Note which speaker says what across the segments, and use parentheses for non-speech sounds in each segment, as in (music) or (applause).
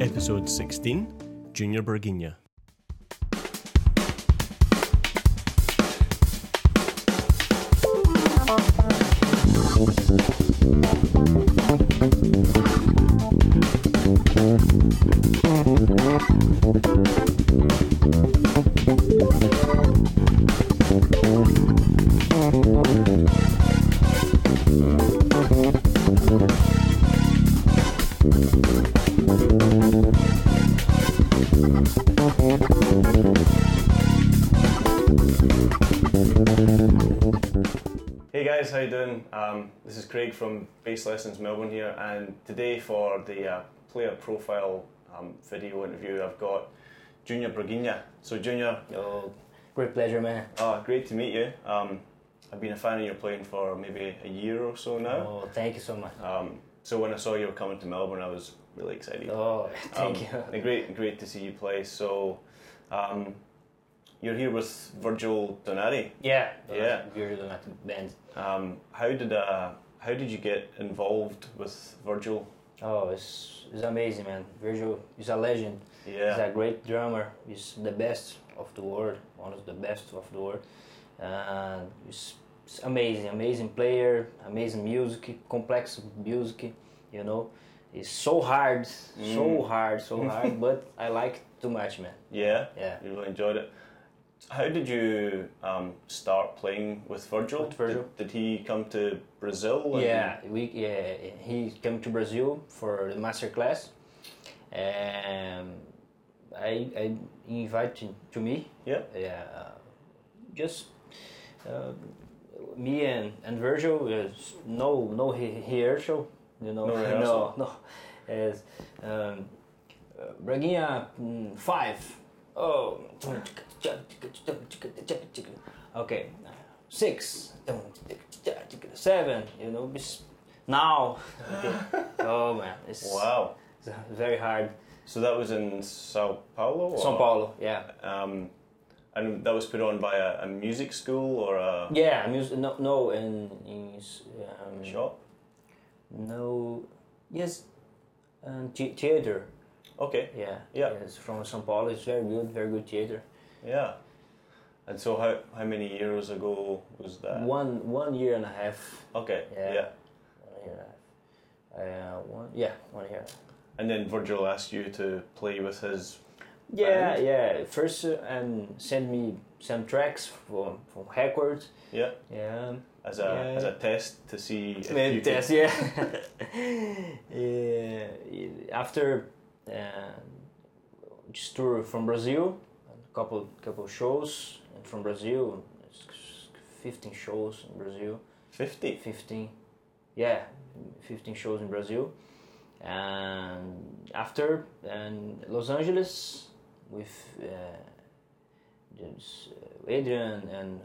Speaker 1: Episode 16 Junior Bergina.
Speaker 2: Hey guys, how you doing? Um, this is Craig from Bass Lessons Melbourne here, and today for the uh, player profile um, video interview, I've got Junior Bergina. So Junior, you'll-
Speaker 3: Great pleasure, man.
Speaker 2: oh, great to meet you. Um, I've been a fan of your playing for maybe a year or so now.
Speaker 3: Oh, thank you so much.
Speaker 2: Um, so when I saw you were coming to Melbourne, I was really excited.
Speaker 3: Oh, thank
Speaker 2: Um,
Speaker 3: you.
Speaker 2: and Great, great to see you play. So um, you're here with Virgil Donati.
Speaker 3: (laughs) Yeah,
Speaker 2: Yeah.
Speaker 3: You're the Latin band.
Speaker 2: Um, how did uh, how did you get involved with Virgil?
Speaker 3: Oh, it's, it's amazing, man. Virgil is a legend.
Speaker 2: Yeah,
Speaker 3: He's a great drummer. He's the best of the world, one of the best of the world. Uh, he's, he's amazing, amazing player, amazing music, complex music. You know, it's so hard, so hard, so hard. but I like it too much, man.
Speaker 2: yeah,
Speaker 3: Yeah.
Speaker 2: You really enjoyed it. How did you um, start playing with Virgil?
Speaker 3: With Virgil.
Speaker 2: Did, did he come to Brazil? and-
Speaker 3: Yeah, we yeah, he came to Brazil for the master class. Um, I I invited to me.
Speaker 2: Yeah.
Speaker 3: Yeah, uh, just uh, me and and Virgil. Uh, no no he- rehearsal. You know
Speaker 2: No
Speaker 3: (laughs) no
Speaker 2: rehearsal.
Speaker 3: no. Yes, um, uh, Braguinha mm, five. Oh. Okay. Six. Seven. You know. it's- Now.
Speaker 2: (laughs)
Speaker 3: oh man. It's
Speaker 2: Wow.
Speaker 3: it's very hard.
Speaker 2: So that was in Sao Paulo. or-
Speaker 3: São Paulo. Yeah.
Speaker 2: Um, and that was put on by a, a music school or a
Speaker 3: Yeah. Mus- no. No. In in s- um,
Speaker 2: shop.
Speaker 3: no. Yes. Um, the- theater.
Speaker 2: Okay.
Speaker 3: Yeah.
Speaker 2: Yeah.
Speaker 3: It's from São Paulo. It's very good. Very good theater.
Speaker 2: Yeah. And so how how many years ago was that?
Speaker 3: One one year and a half.
Speaker 2: Okay.
Speaker 3: Yeah.
Speaker 2: yeah.
Speaker 3: One year and a half. Uh, one, yeah, one year.
Speaker 2: And then Virgil asked you to play with his.
Speaker 3: Yeah,
Speaker 2: And-
Speaker 3: yeah. First, uh, and send me some tracks from from records.
Speaker 2: Yeah.
Speaker 3: Yeah.
Speaker 2: as a
Speaker 3: Yeah.
Speaker 2: as a test to see if you
Speaker 3: test,
Speaker 2: could-
Speaker 3: yeah. yeah. After uh, just tour from Brazil, a couple couple shows from Brazil, it's fifteen shows in Brazil.
Speaker 2: 50
Speaker 3: 15 yeah 15 shows in brazil and after and los angeles with uh, James, uh, adrian and, and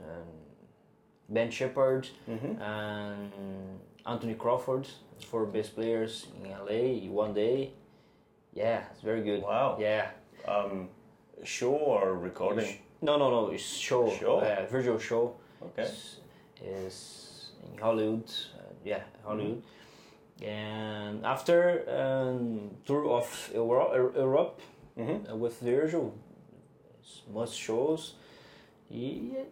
Speaker 3: ben shepard Mm-hmm. and anthony crawford four best players in la one day yeah it's very good
Speaker 2: Wow.
Speaker 3: yeah
Speaker 2: um show or recording
Speaker 3: no no no it's show
Speaker 2: Show?
Speaker 3: uh, virtual show
Speaker 2: okay
Speaker 3: is, is in Hollywood. Uh, yeah, Hollywood.
Speaker 2: Mm-hmm.
Speaker 3: And after um, tour of Euro- Eu- Europe
Speaker 2: Mhm.
Speaker 3: uh, with Virgil, it's most shows. Yeah,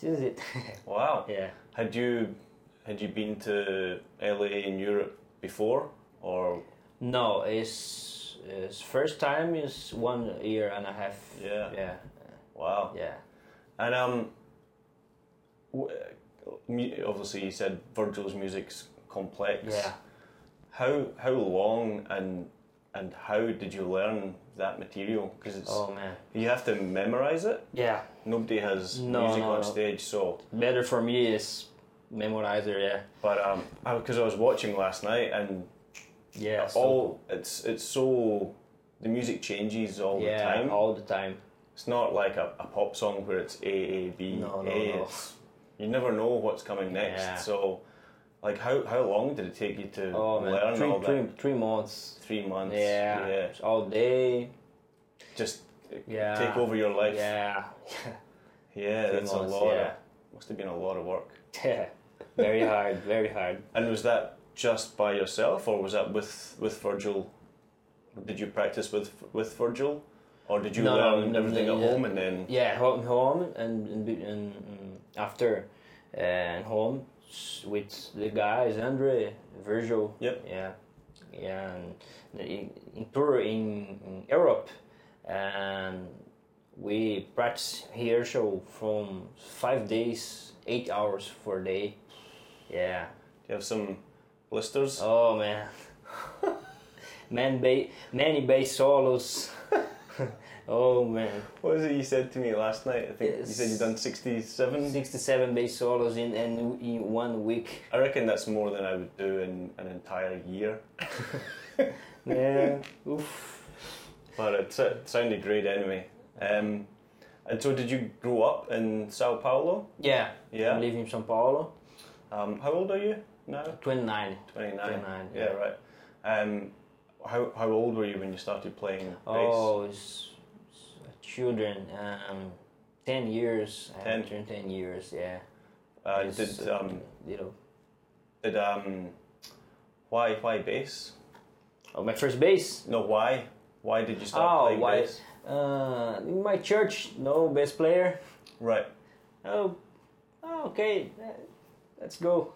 Speaker 3: this is it. (laughs)
Speaker 2: wow
Speaker 3: yeah.
Speaker 2: had you had you been to la in europe before or
Speaker 3: No, it's, it's first time is one year and a half.
Speaker 2: Yeah.
Speaker 3: Yeah.
Speaker 2: wow
Speaker 3: Yeah.
Speaker 2: and um w- mu- obviously you said virgil's music's complex
Speaker 3: Yeah.
Speaker 2: how how long and and how did you learn that material because it's
Speaker 3: Oh man.
Speaker 2: you have to memorize it
Speaker 3: Yeah.
Speaker 2: nobody has
Speaker 3: No,
Speaker 2: music
Speaker 3: no,
Speaker 2: on
Speaker 3: no.
Speaker 2: stage so
Speaker 3: Better for me is memorizer. Yeah.
Speaker 2: But um, because I was watching last night, and
Speaker 3: Yeah. so
Speaker 2: all it's it's so the music changes all
Speaker 3: yeah,
Speaker 2: the time.
Speaker 3: all the time.
Speaker 2: It's not like a, a pop song where it's A A B
Speaker 3: No, no,
Speaker 2: A.
Speaker 3: no.
Speaker 2: It's, you never know what's coming next.
Speaker 3: Yeah.
Speaker 2: So, like, how how long did it take you to
Speaker 3: Oh man,
Speaker 2: learn all
Speaker 3: three,
Speaker 2: that?
Speaker 3: three, three months.
Speaker 2: Three months.
Speaker 3: Yeah. it's all day.
Speaker 2: Just
Speaker 3: Yeah.
Speaker 2: take over your life.
Speaker 3: Uh, Yeah, (laughs)
Speaker 2: Yeah,
Speaker 3: Three
Speaker 2: that's
Speaker 3: months,
Speaker 2: a lot.
Speaker 3: yeah.
Speaker 2: Of, must have been a lot of work.
Speaker 3: yeah, very hard, very hard.
Speaker 2: And was that just by yourself, or was that with with Virgil? did you practice with with Virgil, or did you
Speaker 3: No,
Speaker 2: learn
Speaker 3: no,
Speaker 2: everything at
Speaker 3: yeah.
Speaker 2: home and then?
Speaker 3: Yeah, home, home and, and, be- and um, after uh, home s- with the guys, Andre, Virgil.
Speaker 2: Yep.
Speaker 3: Yeah, yeah, and in, in tour in, in Europe, and we practice here. So from five days, eight hours for a day. Yeah.
Speaker 2: Do you have some blisters?
Speaker 3: Oh man, (laughs) man, ba- many bass solos. (laughs) oh man.
Speaker 2: What is it you said to me last night? I think you said you've done sixty-seven.
Speaker 3: 67 bass solos in, in, in one week.
Speaker 2: I reckon that's more than I would do in an entire year.
Speaker 3: Yeah. (laughs) Oof.
Speaker 2: But it, s- it sounded great anyway. Um, and so, did you grow up in Sao Paulo?
Speaker 3: Yeah. I
Speaker 2: Yeah.
Speaker 3: live in São Paulo.
Speaker 2: Um, how old are you now?
Speaker 3: 29.
Speaker 2: 29.
Speaker 3: 29,
Speaker 2: Yeah, right. Um, how, how old were you when you started playing bass?
Speaker 3: Oh, it's, it's children. Um, 10 years. I
Speaker 2: Ten.
Speaker 3: turned 10 years, yeah.
Speaker 2: uh,
Speaker 3: It's,
Speaker 2: did
Speaker 3: uh,
Speaker 2: um,
Speaker 3: little.
Speaker 2: did um, why why bass?
Speaker 3: Oh, my first bass.
Speaker 2: No, why why did you start
Speaker 3: Oh,
Speaker 2: playing
Speaker 3: why-
Speaker 2: bass?
Speaker 3: Uh, in my church, no bass player.
Speaker 2: Right,
Speaker 3: Oh, oh, okay. uh, Let's go.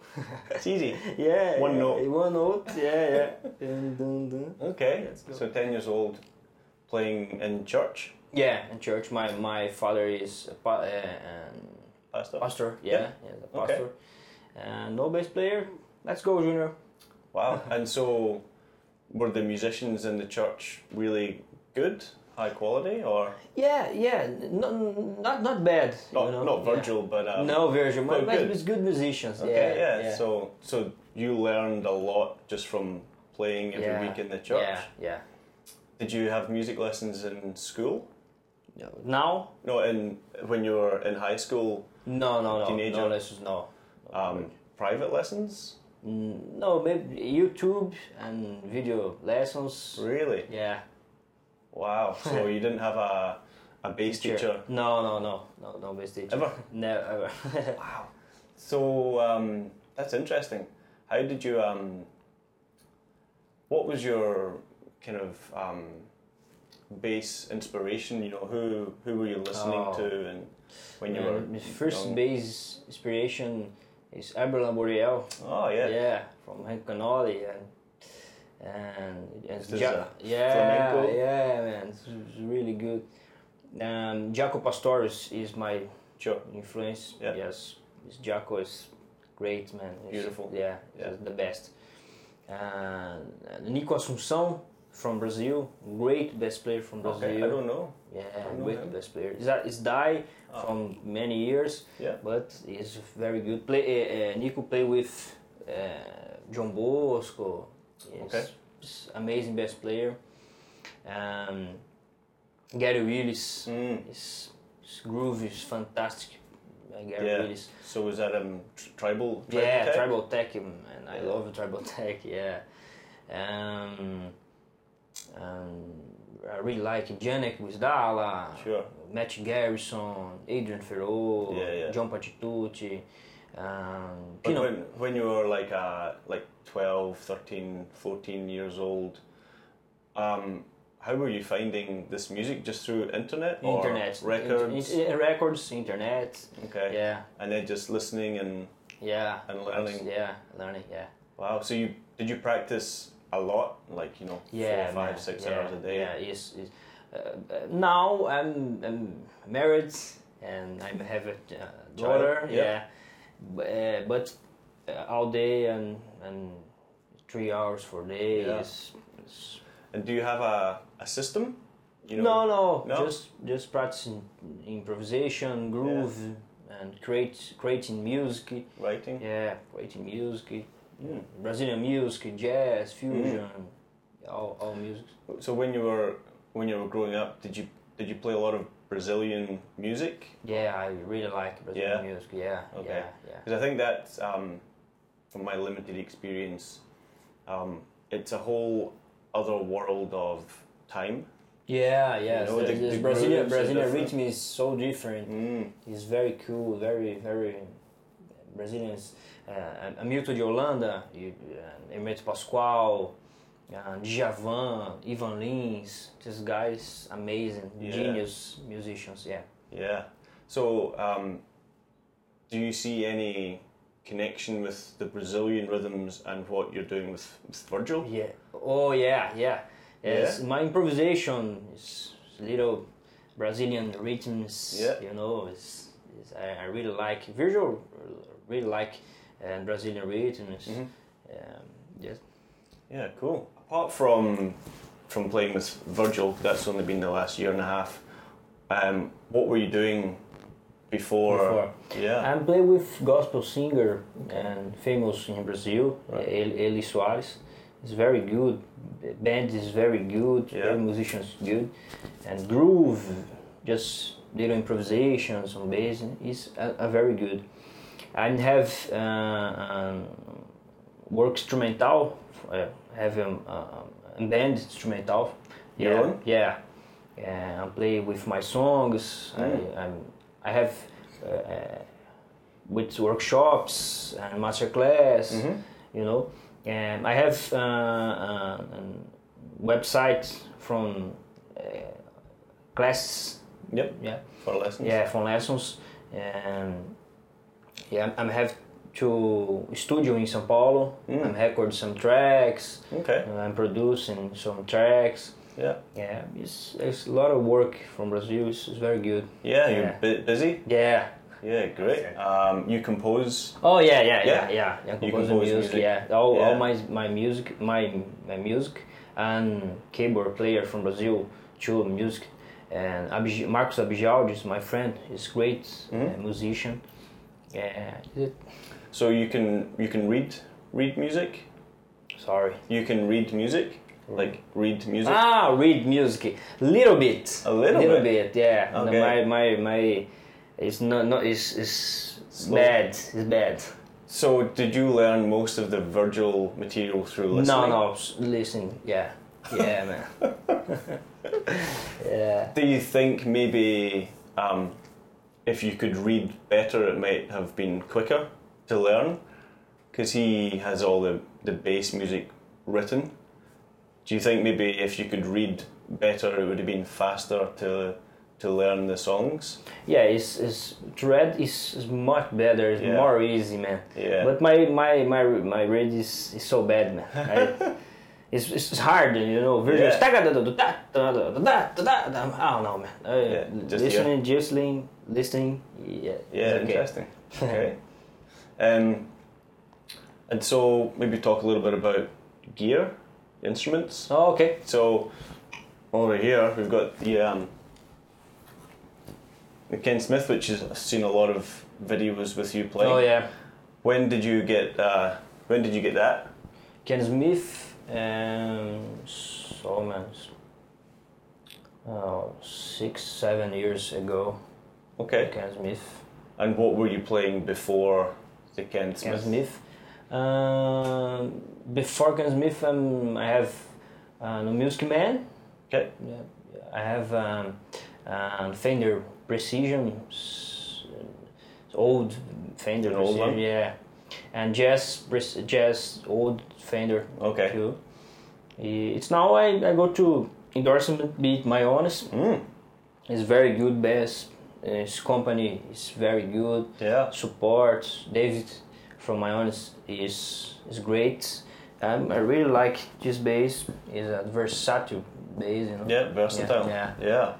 Speaker 2: it's easy.
Speaker 3: (laughs) Yeah.
Speaker 2: One
Speaker 3: yeah,
Speaker 2: note.
Speaker 3: (laughs) One note. Yeah, yeah. dun, dun, dun.
Speaker 2: Okay,
Speaker 3: Let's go.
Speaker 2: so ten years old, playing in church,
Speaker 3: Yeah, in church. My my father is a pa- uh, um,
Speaker 2: pastor.
Speaker 3: pastor. Yeah,
Speaker 2: Yeah.
Speaker 3: yeah, the pastor. And no bass player. Let's go, Junior.
Speaker 2: Wow.
Speaker 3: (laughs)
Speaker 2: and so, were the musicians in the church really good, high quality, or
Speaker 3: Yeah, yeah. Not not not bad.
Speaker 2: not,
Speaker 3: you know?
Speaker 2: not
Speaker 3: Yeah.
Speaker 2: Virgil, but um,
Speaker 3: No Virgil, but,
Speaker 2: but
Speaker 3: but
Speaker 2: good.
Speaker 3: it's good musicians.
Speaker 2: Okay,
Speaker 3: yeah,
Speaker 2: yeah, So so you learned a lot just from playing every
Speaker 3: Yeah,
Speaker 2: week in the church.
Speaker 3: Yeah, yeah.
Speaker 2: Did you have music lessons in school?
Speaker 3: No. Now,
Speaker 2: No, in when you were in high school,
Speaker 3: no, no, no.
Speaker 2: Teenager.
Speaker 3: No lessons, no.
Speaker 2: um, private lessons.
Speaker 3: Mm, No, maybe YouTube and video lessons.
Speaker 2: Really?
Speaker 3: Yeah.
Speaker 2: Wow. (laughs) So you didn't have a a bass
Speaker 3: Sure.
Speaker 2: teacher,
Speaker 3: No, no, no, no, no bass teacher.
Speaker 2: ever?
Speaker 3: Never. ever.
Speaker 2: So um, that's interesting. How did you? Um, what was your kind of um, bass inspiration? You know, who who were you listening
Speaker 3: Oh.
Speaker 2: to, and when you
Speaker 3: Yeah,
Speaker 2: were
Speaker 3: (laughs) my first
Speaker 2: young?
Speaker 3: bass inspiration is Abraham Boreal.
Speaker 2: Oh yeah.
Speaker 3: from Hank Canoli and and, and
Speaker 2: This is,
Speaker 3: Ja-
Speaker 2: uh,
Speaker 3: yeah,
Speaker 2: flamenco?
Speaker 3: yeah, man, it's, it's really good. Um, Jaco Pastores is my
Speaker 2: Sure.
Speaker 3: influence.
Speaker 2: Yeah.
Speaker 3: Yes, this Jaco is great, man. He's-
Speaker 2: Beautiful.
Speaker 3: Yeah,
Speaker 2: Yeah.
Speaker 3: he's the best. Uh, Nico Assunção from Brazil, great bass player from Brazil.
Speaker 2: Okay. I don't know.
Speaker 3: Yeah,
Speaker 2: don't know
Speaker 3: great
Speaker 2: him.
Speaker 3: best player. Is that is die
Speaker 2: Oh.
Speaker 3: from many years,
Speaker 2: Yeah.
Speaker 3: but he's very good. Play uh, uh, Nico play with uh, John Bosco. He's,
Speaker 2: Okay.
Speaker 3: he's amazing best player. Um, Gary Willis
Speaker 2: Mm.
Speaker 3: is his groove is fantastic. Uh, Gary
Speaker 2: Yeah.
Speaker 3: Willis.
Speaker 2: So was that um tr- tribal? tribal
Speaker 3: yeah,
Speaker 2: tech?
Speaker 3: Tribal Tech, and I
Speaker 2: Yeah.
Speaker 3: love Tribal Tech. Yeah, um, um, I really like Janek Wizdala.
Speaker 2: Sure.
Speaker 3: Matt Garrison, Adrian Ferro,
Speaker 2: Yeah, yeah.
Speaker 3: John Patitucci, um,
Speaker 2: But
Speaker 3: Pino.
Speaker 2: when, when you were like uh, like 12, 13, 14 years old, um, how were you finding this music? Just through internet or
Speaker 3: internet,
Speaker 2: uh, records?
Speaker 3: In- in- records, internet.
Speaker 2: okay.
Speaker 3: Yeah,
Speaker 2: And then just listening and
Speaker 3: yeah.
Speaker 2: And learning.
Speaker 3: Yeah, learning. Yeah.
Speaker 2: wow. So you did you practice a lot? Like you know,
Speaker 3: Yeah,
Speaker 2: four, five,
Speaker 3: man,
Speaker 2: six
Speaker 3: yeah,
Speaker 2: hours a day.
Speaker 3: Yeah, yes. yes. Uh, uh, now I'm, I'm married and I have a uh, daughter.
Speaker 2: yeah.
Speaker 3: Yeah, B- uh, but uh, all day and and three hours for day
Speaker 2: Yeah.
Speaker 3: is. is-
Speaker 2: And do you have a, a system? You
Speaker 3: no, no,
Speaker 2: No?
Speaker 3: just just practicing improvisation, groove, and create creating music.
Speaker 2: writing.
Speaker 3: Yeah, creating music,
Speaker 2: Hmm.
Speaker 3: Brazilian music, jazz, fusion,
Speaker 2: Mm.
Speaker 3: all all music.
Speaker 2: So when you were when you were growing up, did you did you play a lot of Brazilian music?
Speaker 3: Yeah, I really like Brazilian
Speaker 2: Yeah?
Speaker 3: music. Yeah,
Speaker 2: Okay.
Speaker 3: yeah, yeah.
Speaker 2: Because I think that's um, from my limited experience, um, it's a whole other world of time.
Speaker 3: Yeah,
Speaker 2: You
Speaker 3: yeah.
Speaker 2: know,
Speaker 3: the,
Speaker 2: the-
Speaker 3: the
Speaker 2: the
Speaker 3: Brazilian
Speaker 2: grooves are
Speaker 3: Brazilian
Speaker 2: different.
Speaker 3: rhythm is so different.
Speaker 2: Mm.
Speaker 3: It's very cool, very very Brazilians. Uh, Hamilton de Holanda, you- uh, Hermeto e, Pascoal, uh, Javan, Ivan Lins, these guys, amazing,
Speaker 2: Yeah.
Speaker 3: genius musicians. Yeah.
Speaker 2: Yeah. So, um, do you see any connection with the Brazilian rhythms and what you're doing with, with Virgil?
Speaker 3: Yeah. Oh yeah, yeah. Yes, my improvisation is little Brazilian rhythms.
Speaker 2: Yeah.
Speaker 3: You know, it's, it's I, I really like visual. Really like uh, Brazilian rhythms.
Speaker 2: Mhm.
Speaker 3: Um, yes.
Speaker 2: Yeah, cool. Apart from from playing with Virgil, that's only been the last year and a half. Um, what were you doing before? Uh,
Speaker 3: Before.
Speaker 2: Yeah.
Speaker 3: I play with gospel singer and famous in Brazil, El- Eli Soares. He's very good. The band is very good.
Speaker 2: Yeah.
Speaker 3: Very musicians good, and groove, just little improvisations on bass is a, a very good. And have uh, um, work instrumental. Uh, have um, um, a band instrumental.
Speaker 2: Your
Speaker 3: yeah,
Speaker 2: own?
Speaker 3: yeah. Uh, I play with my songs.
Speaker 2: Mm.
Speaker 3: I, I'm, I have uh, with workshops and masterclass,
Speaker 2: Mhm.
Speaker 3: you know. And I have uh, uh, an website from uh, classes,
Speaker 2: Yep.
Speaker 3: yeah,
Speaker 2: For lessons.
Speaker 3: yeah, from lessons. And yeah, I'm, I'm have to studio in São Paulo.
Speaker 2: Mm.
Speaker 3: I'm record some tracks.
Speaker 2: Okay.
Speaker 3: I'm producing some tracks.
Speaker 2: Yeah.
Speaker 3: Yeah, it's, it's a lot of work from Brazil. It's, it's very good.
Speaker 2: Yeah. You're
Speaker 3: Yeah.
Speaker 2: bu- busy.
Speaker 3: Yeah.
Speaker 2: Yeah. Great. Um, you compose.
Speaker 3: Oh yeah, yeah,
Speaker 2: Yeah.
Speaker 3: yeah, yeah. yeah.
Speaker 2: You
Speaker 3: Composing
Speaker 2: compose
Speaker 3: music,
Speaker 2: music.
Speaker 3: yeah. All,
Speaker 2: Yeah.
Speaker 3: all my my music, my my music, and keyboard player from Brazil, too music, and Abij- Marcos Abijaldi is my friend. He's great uh,
Speaker 2: Mm-hmm.
Speaker 3: musician. Yeah. it-
Speaker 2: So you can you can read read music.
Speaker 3: Sorry.
Speaker 2: You can read music. Like read music.
Speaker 3: Ah, read music little bit.
Speaker 2: A little
Speaker 3: bit. yeah. No,
Speaker 2: Okay.
Speaker 3: My my my, it's not not it's it's
Speaker 2: Slow.
Speaker 3: bad. It's bad.
Speaker 2: So did you learn most of the Virgil material through listening?
Speaker 3: No, no, s- listen, yeah, yeah,
Speaker 2: (laughs)
Speaker 3: man, yeah.
Speaker 2: Do you think maybe um, if you could read better, it might have been quicker to learn? Because he has all the, the bass music written. Do you think maybe if you could read better, it would have been faster to to learn the songs?
Speaker 3: Yeah, it's, it's dread is, is much better. It's
Speaker 2: Yeah.
Speaker 3: more easy, man.
Speaker 2: Yeah.
Speaker 3: But my my my my read is, is so bad, man.
Speaker 2: (laughs)
Speaker 3: I, it's, it's hard, you know. Visual.
Speaker 2: Yeah.
Speaker 3: I don't know, man. Uh,
Speaker 2: Yeah, just
Speaker 3: listening, just listening, listening. Yeah.
Speaker 2: yeah,
Speaker 3: it's okay. (laughs)
Speaker 2: interesting. Okay. um, and so maybe talk a little bit about gear, instruments.
Speaker 3: Oh, okay.
Speaker 2: So over here we've got the um, the Ken Smith, which is I've seen a lot of videos with you playing.
Speaker 3: Oh yeah.
Speaker 2: When did you get uh, when did you get that?
Speaker 3: Ken Smith, um, so man, s- oh, six, seven years ago,
Speaker 2: Okay.
Speaker 3: Ken Smith.
Speaker 2: And what were you playing before the Ken
Speaker 3: Ken
Speaker 2: Smith?
Speaker 3: Smith. Um, before Ken Smith, um, I have uh, No Music Man.
Speaker 2: Okay.
Speaker 3: Yeah, I have um, uh, Fender Precision, s- old Fender
Speaker 2: An old
Speaker 3: Precision,
Speaker 2: one?
Speaker 3: yeah, and jazz, Prec- jazz, old Fender
Speaker 2: Okay.
Speaker 3: too. Eh, It's now I, I go to endorsement beat my honest.
Speaker 2: Mm,
Speaker 3: It's very good bass. His company is very good
Speaker 2: yeah.
Speaker 3: support David from my honest is is great. Um, I really like this bass. It's a versatile bass, you know.
Speaker 2: Yeah. Versatile.
Speaker 3: Yeah,
Speaker 2: Yeah.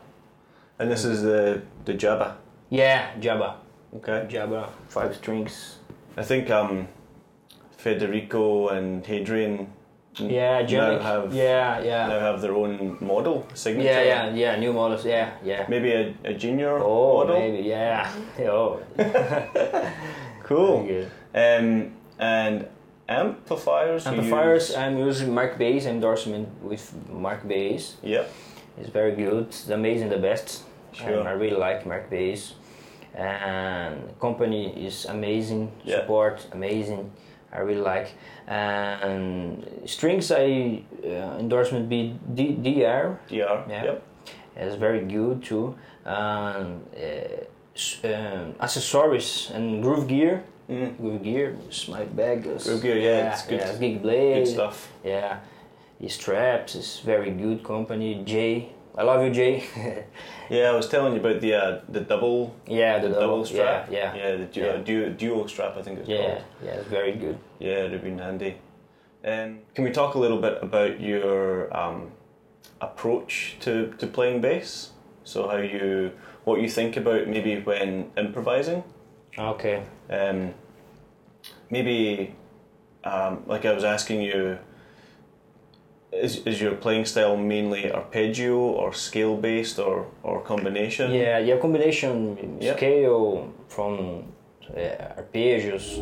Speaker 2: And this is the the Jabba.
Speaker 3: yeah. Jabba,
Speaker 2: Okay.
Speaker 3: Jabba, five strings.
Speaker 2: I think um, Federico and Hadrian
Speaker 3: Yeah, Janik.
Speaker 2: have-
Speaker 3: yeah, yeah.
Speaker 2: now have their own model signature.
Speaker 3: yeah, yeah, yeah, new models, yeah, yeah.
Speaker 2: Maybe a, a junior
Speaker 3: Oh,
Speaker 2: model.
Speaker 3: maybe, yeah. (laughs) Oh,
Speaker 2: Cool.
Speaker 3: good.
Speaker 2: Um, and amplifiers. you
Speaker 3: Amplifiers,
Speaker 2: use-
Speaker 3: I'm using Mark Bass endorsement with Mark Bass.
Speaker 2: Yep.
Speaker 3: It's very good. It's amazing, the best.
Speaker 2: Sure.
Speaker 3: Um, I really like Mark Bass. And company is amazing.
Speaker 2: Yeah.
Speaker 3: Support amazing. I really like. And strings, I uh, endorsement be D- DR.
Speaker 2: DR.
Speaker 3: Yeah.
Speaker 2: Yep.
Speaker 3: It's very good too. Um, uh, s- um, accessories and groove gear.
Speaker 2: Mm.
Speaker 3: Groove gear is my bag. is-
Speaker 2: Groove gear, yeah, it's good-
Speaker 3: Gig blade.
Speaker 2: Good stuff.
Speaker 3: Yeah, He's trapped. He's very good company. Jay, I love you, Jay. (laughs)
Speaker 2: Yeah, I was telling you about the uh, the double
Speaker 3: yeah, the,
Speaker 2: the double strap.
Speaker 3: Yeah, yeah,
Speaker 2: yeah, the duo,
Speaker 3: Yeah.
Speaker 2: duo, duo strap. I think it's
Speaker 3: yeah, yeah,
Speaker 2: called.
Speaker 3: it's very good.
Speaker 2: Yeah, it'd have been handy. Um, can we talk a little bit about your um, approach to, to playing bass? So how you what you think about maybe when improvising?
Speaker 3: Okay.
Speaker 2: Um, maybe um, like I was asking you, is, is your playing style mainly arpeggio or scale based or or combination?
Speaker 3: Yeah, yeah, combination
Speaker 2: Yeah.
Speaker 3: scale from uh, arpeggios.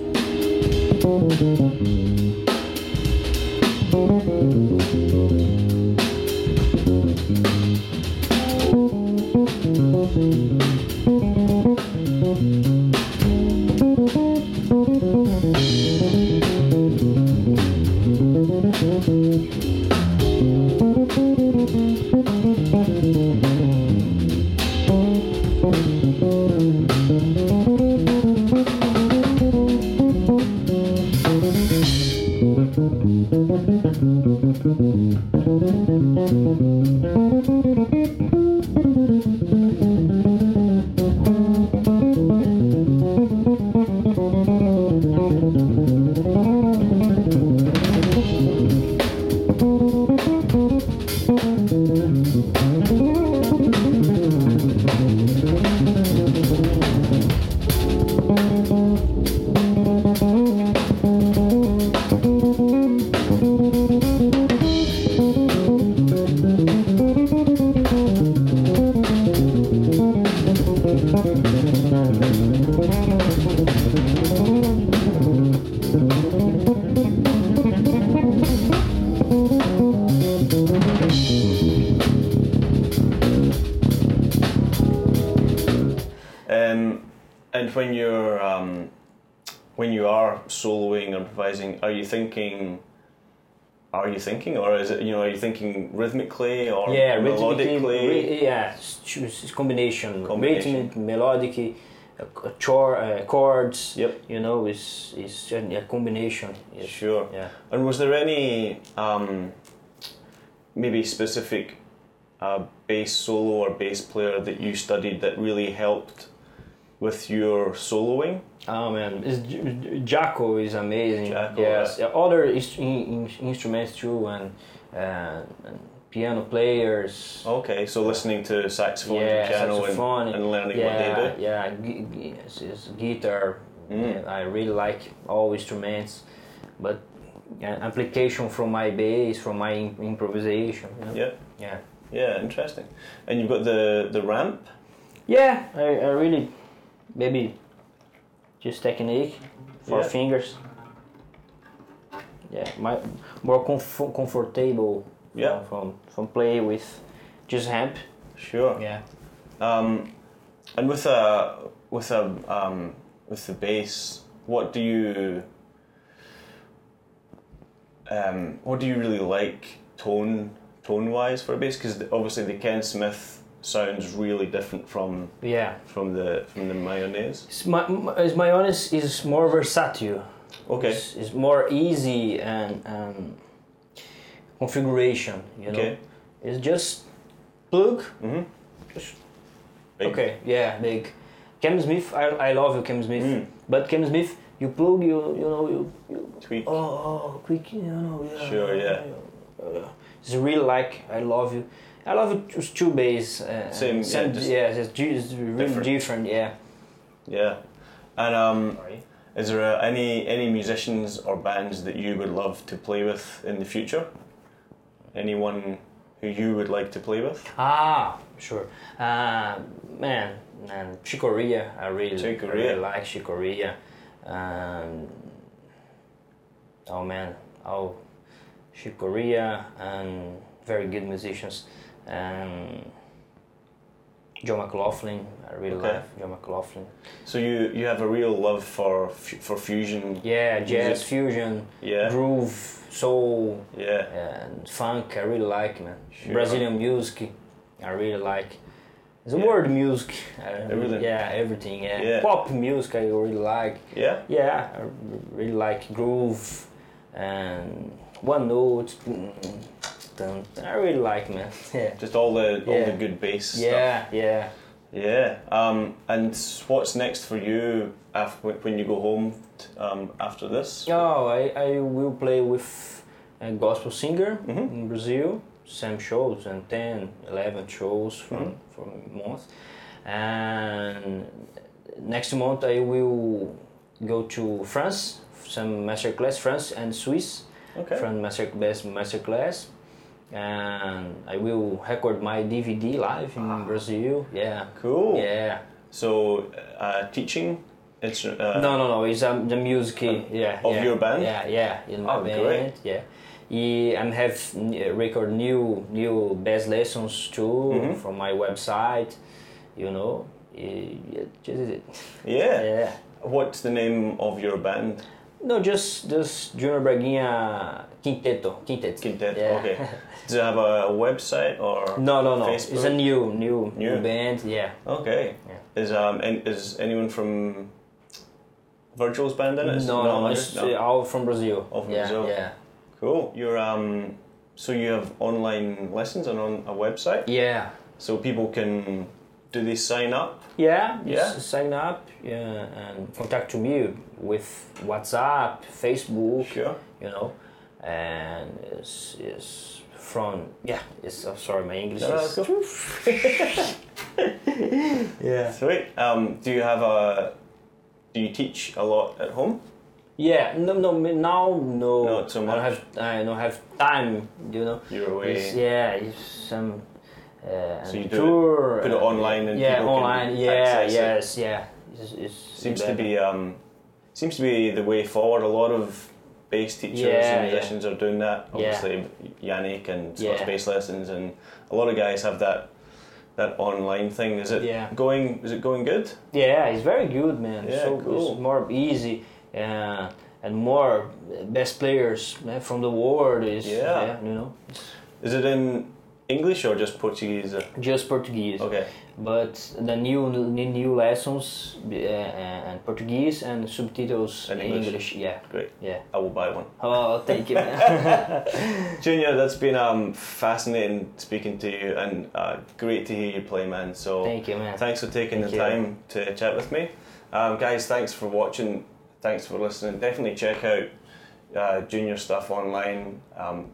Speaker 2: Um, and when you're um, when you are soloing or improvising, are you thinking? Are you thinking, or is it you know? Are you thinking rhythmically or
Speaker 3: yeah, rhythmically,
Speaker 2: melodically?
Speaker 3: re- yeah, it's choose- it's combination,
Speaker 2: Combination.
Speaker 3: rhythmic, melodic, uh, c- chor, uh, chords.
Speaker 2: Yep.
Speaker 3: You know, it's it's a a combination. Yes.
Speaker 2: Sure.
Speaker 3: Yeah.
Speaker 2: And was there any um, maybe specific uh, bass solo or bass player that you studied that really helped with your soloing?
Speaker 3: Oh man, it's, J- J- Jaco is amazing.
Speaker 2: Jaco,
Speaker 3: yes, Yeah, other inst- in, in, instruments too, and, uh, and piano players.
Speaker 2: Okay, so listening to saxophone
Speaker 3: yeah,
Speaker 2: and piano
Speaker 3: saxophone,
Speaker 2: and, and learning
Speaker 3: yeah,
Speaker 2: what they do.
Speaker 3: yeah, gu- gu- it's, it's guitar.
Speaker 2: Mm.
Speaker 3: Yeah, I really like all instruments, but yeah, application from my bass, from my im- improvisation. you know?
Speaker 2: Yeah.
Speaker 3: yeah,
Speaker 2: Yeah, interesting. And you've got the the ramp.
Speaker 3: yeah. I, I really maybe just technique for
Speaker 2: Yeah.
Speaker 3: fingers. Yeah, my more comf- comfortable.
Speaker 2: Yeah.
Speaker 3: from, from from play with just amp.
Speaker 2: Sure.
Speaker 3: Yeah,
Speaker 2: Um, and with a with a um, with the bass, what do you um, what do you really like tone tone wise for a bass? Because obviously the Ken Smith sounds really different from
Speaker 3: yeah.
Speaker 2: from the from the mayonnaise.
Speaker 3: It's my, my- it's my honest is more versatile.
Speaker 2: Okay.
Speaker 3: It's, it's more easy and um, configuration. You know,
Speaker 2: Okay.
Speaker 3: it's just plug.
Speaker 2: Mm-hmm. Big.
Speaker 3: Okay, yeah, big. Cam Smith, I, I love you, Cam Smith.
Speaker 2: Mm.
Speaker 3: But Cam Smith, you plug, you you know, you, you
Speaker 2: Tweak.
Speaker 3: oh, oh quick, you know, yeah.
Speaker 2: Sure, yeah.
Speaker 3: yeah. It's really like I love you. I love you. It's two bass. Uh,
Speaker 2: Same, yeah,
Speaker 3: same
Speaker 2: just
Speaker 3: yeah, it's, ju- it's really
Speaker 2: different.
Speaker 3: different. yeah.
Speaker 2: Yeah. And um,
Speaker 3: Sorry.
Speaker 2: is there uh, any any musicians or bands that you would love to play with in the future? Anyone who you would like to play with?
Speaker 3: Ah, sure. Uh, man, man, Chicoria, I really,
Speaker 2: Chicoria.
Speaker 3: I really like Chicoria. Um, oh man, oh, Chicoria and very good musicians. Um, Joe McLaughlin, I really
Speaker 2: Okay.
Speaker 3: like Joe McLaughlin.
Speaker 2: So you you have a real love for fu- for fusion.
Speaker 3: Yeah, jazz
Speaker 2: Music.
Speaker 3: fusion,
Speaker 2: Yeah.
Speaker 3: groove, soul,
Speaker 2: Yeah.
Speaker 3: and funk. I really like man.
Speaker 2: Sure.
Speaker 3: Brazilian music, I really like. The
Speaker 2: Yeah.
Speaker 3: world music, I
Speaker 2: Everything.
Speaker 3: yeah, everything, yeah.
Speaker 2: Yeah.
Speaker 3: Pop music, I really like.
Speaker 2: Yeah.
Speaker 3: Yeah, I really like groove and One note. Dun, dun. I really like man. (laughs) Yeah.
Speaker 2: Just all the all the
Speaker 3: Yeah.
Speaker 2: good bass stuff.
Speaker 3: Yeah, yeah.
Speaker 2: Yeah. Um, and what's next for you af- when when you go home t- um, after this?
Speaker 3: Oh, I, I will play with a gospel singer
Speaker 2: Mhm.
Speaker 3: in Brazil, same shows, and 10, 11 shows from,
Speaker 2: Mm-hmm.
Speaker 3: from a month. And next month I will go to France, some masterclass, France and Swiss,
Speaker 2: Okay.
Speaker 3: from masterclass, masterclass. And I will record my DVD live in Brazil. Yeah.
Speaker 2: Ah. Cool.
Speaker 3: Yeah.
Speaker 2: So, uh, teaching instru- uh,
Speaker 3: No, no, no. It's um, the music.
Speaker 2: Um,
Speaker 3: yeah.
Speaker 2: of
Speaker 3: yeah,
Speaker 2: your band?
Speaker 3: Yeah, yeah. In my
Speaker 2: Oh,
Speaker 3: band.
Speaker 2: great.
Speaker 3: Yeah. Yeah, and have n- uh, record new new bass lessons too
Speaker 2: Mm-hmm.
Speaker 3: from my website. You know. Eh, yeah, just- (laughs)
Speaker 2: Yeah.
Speaker 3: yeah.
Speaker 2: What's the name of your band?
Speaker 3: No, just just Junior Braguinha Quinteto. Quintet.
Speaker 2: Quintet.
Speaker 3: Yeah.
Speaker 2: Okay.
Speaker 3: (laughs)
Speaker 2: Do you have a website or?
Speaker 3: No, no, no. It's a
Speaker 2: Facebook?
Speaker 3: new, new,
Speaker 2: New.
Speaker 3: band. Yeah.
Speaker 2: Okay.
Speaker 3: Yeah.
Speaker 2: Is um an- is anyone from Virgil's band in it? Is-
Speaker 3: no, no, it's
Speaker 2: no.
Speaker 3: uh, all from Brazil.
Speaker 2: All from
Speaker 3: yeah,
Speaker 2: Brazil.
Speaker 3: Yeah.
Speaker 2: Cool. You're um so you have online lessons and on a website,
Speaker 3: Yeah.
Speaker 2: so people can do they sign up?
Speaker 3: Yeah,
Speaker 2: Yeah.
Speaker 3: just sign up yeah, and contact to me with WhatsApp, Facebook,
Speaker 2: Sure.
Speaker 3: you know, and it's, it's from yeah. It's I'm sorry, my English
Speaker 2: No, no,
Speaker 3: is
Speaker 2: that's cool.
Speaker 3: (laughs) yeah.
Speaker 2: Sweet. Um, do you have a do you teach a lot at home?
Speaker 3: Yeah, no, no, me- now no.
Speaker 2: Not so
Speaker 3: I don't
Speaker 2: much.
Speaker 3: have I don't have time, you know.
Speaker 2: You're away.
Speaker 3: It's, yeah, it's some. Uh,
Speaker 2: So you
Speaker 3: and
Speaker 2: do it-
Speaker 3: tour,
Speaker 2: put it
Speaker 3: and-
Speaker 2: online and
Speaker 3: Uh, yeah,
Speaker 2: people can
Speaker 3: online, yeah,
Speaker 2: access it.
Speaker 3: yes, yeah. It's, it's
Speaker 2: Seems to
Speaker 3: better.
Speaker 2: be um, seems to be the way forward. A lot of bass teachers
Speaker 3: Yeah,
Speaker 2: and
Speaker 3: yeah.
Speaker 2: musicians are doing that.
Speaker 3: Yeah.
Speaker 2: Obviously, Yannick and Scott's
Speaker 3: Yeah.
Speaker 2: Bass Lessons, and a lot of guys have that that online thing. Is it
Speaker 3: Yeah.
Speaker 2: going? Is it going good?
Speaker 3: Yeah, it's very good, man.
Speaker 2: Yeah,
Speaker 3: so
Speaker 2: cool.
Speaker 3: it's more easy uh, and more best players uh, from the world is
Speaker 2: Yeah.
Speaker 3: you know
Speaker 2: Is it in English or just Portuguese?
Speaker 3: just Portuguese.
Speaker 2: Okay,
Speaker 3: But the new new, new lessons uh, and Portuguese and subtitles
Speaker 2: And
Speaker 3: in
Speaker 2: English.
Speaker 3: English. Yeah,
Speaker 2: great.
Speaker 3: yeah.
Speaker 2: I will buy one.
Speaker 3: Oh, thank you.
Speaker 2: (laughs)
Speaker 3: man.
Speaker 2: Junior, that's been um, fascinating speaking to you, and uh, great to hear you play, man. So
Speaker 3: thank you, man.
Speaker 2: Thanks for taking
Speaker 3: Thank
Speaker 2: the
Speaker 3: you.
Speaker 2: time to chat with me. Um, guys, thanks for watching. Thanks for listening. Definitely check out uh, Junior stuff online. Um,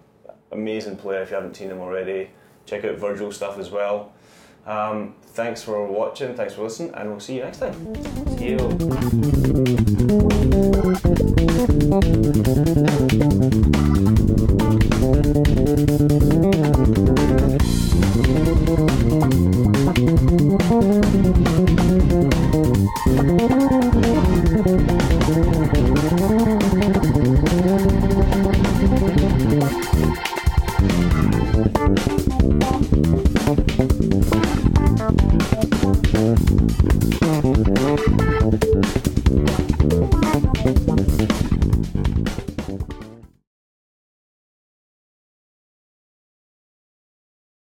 Speaker 2: amazing player if you haven't seen him already. Check out Virgil stuff as well. Um, thanks for watching. Thanks for listening. And we'll see you next time.
Speaker 3: See you.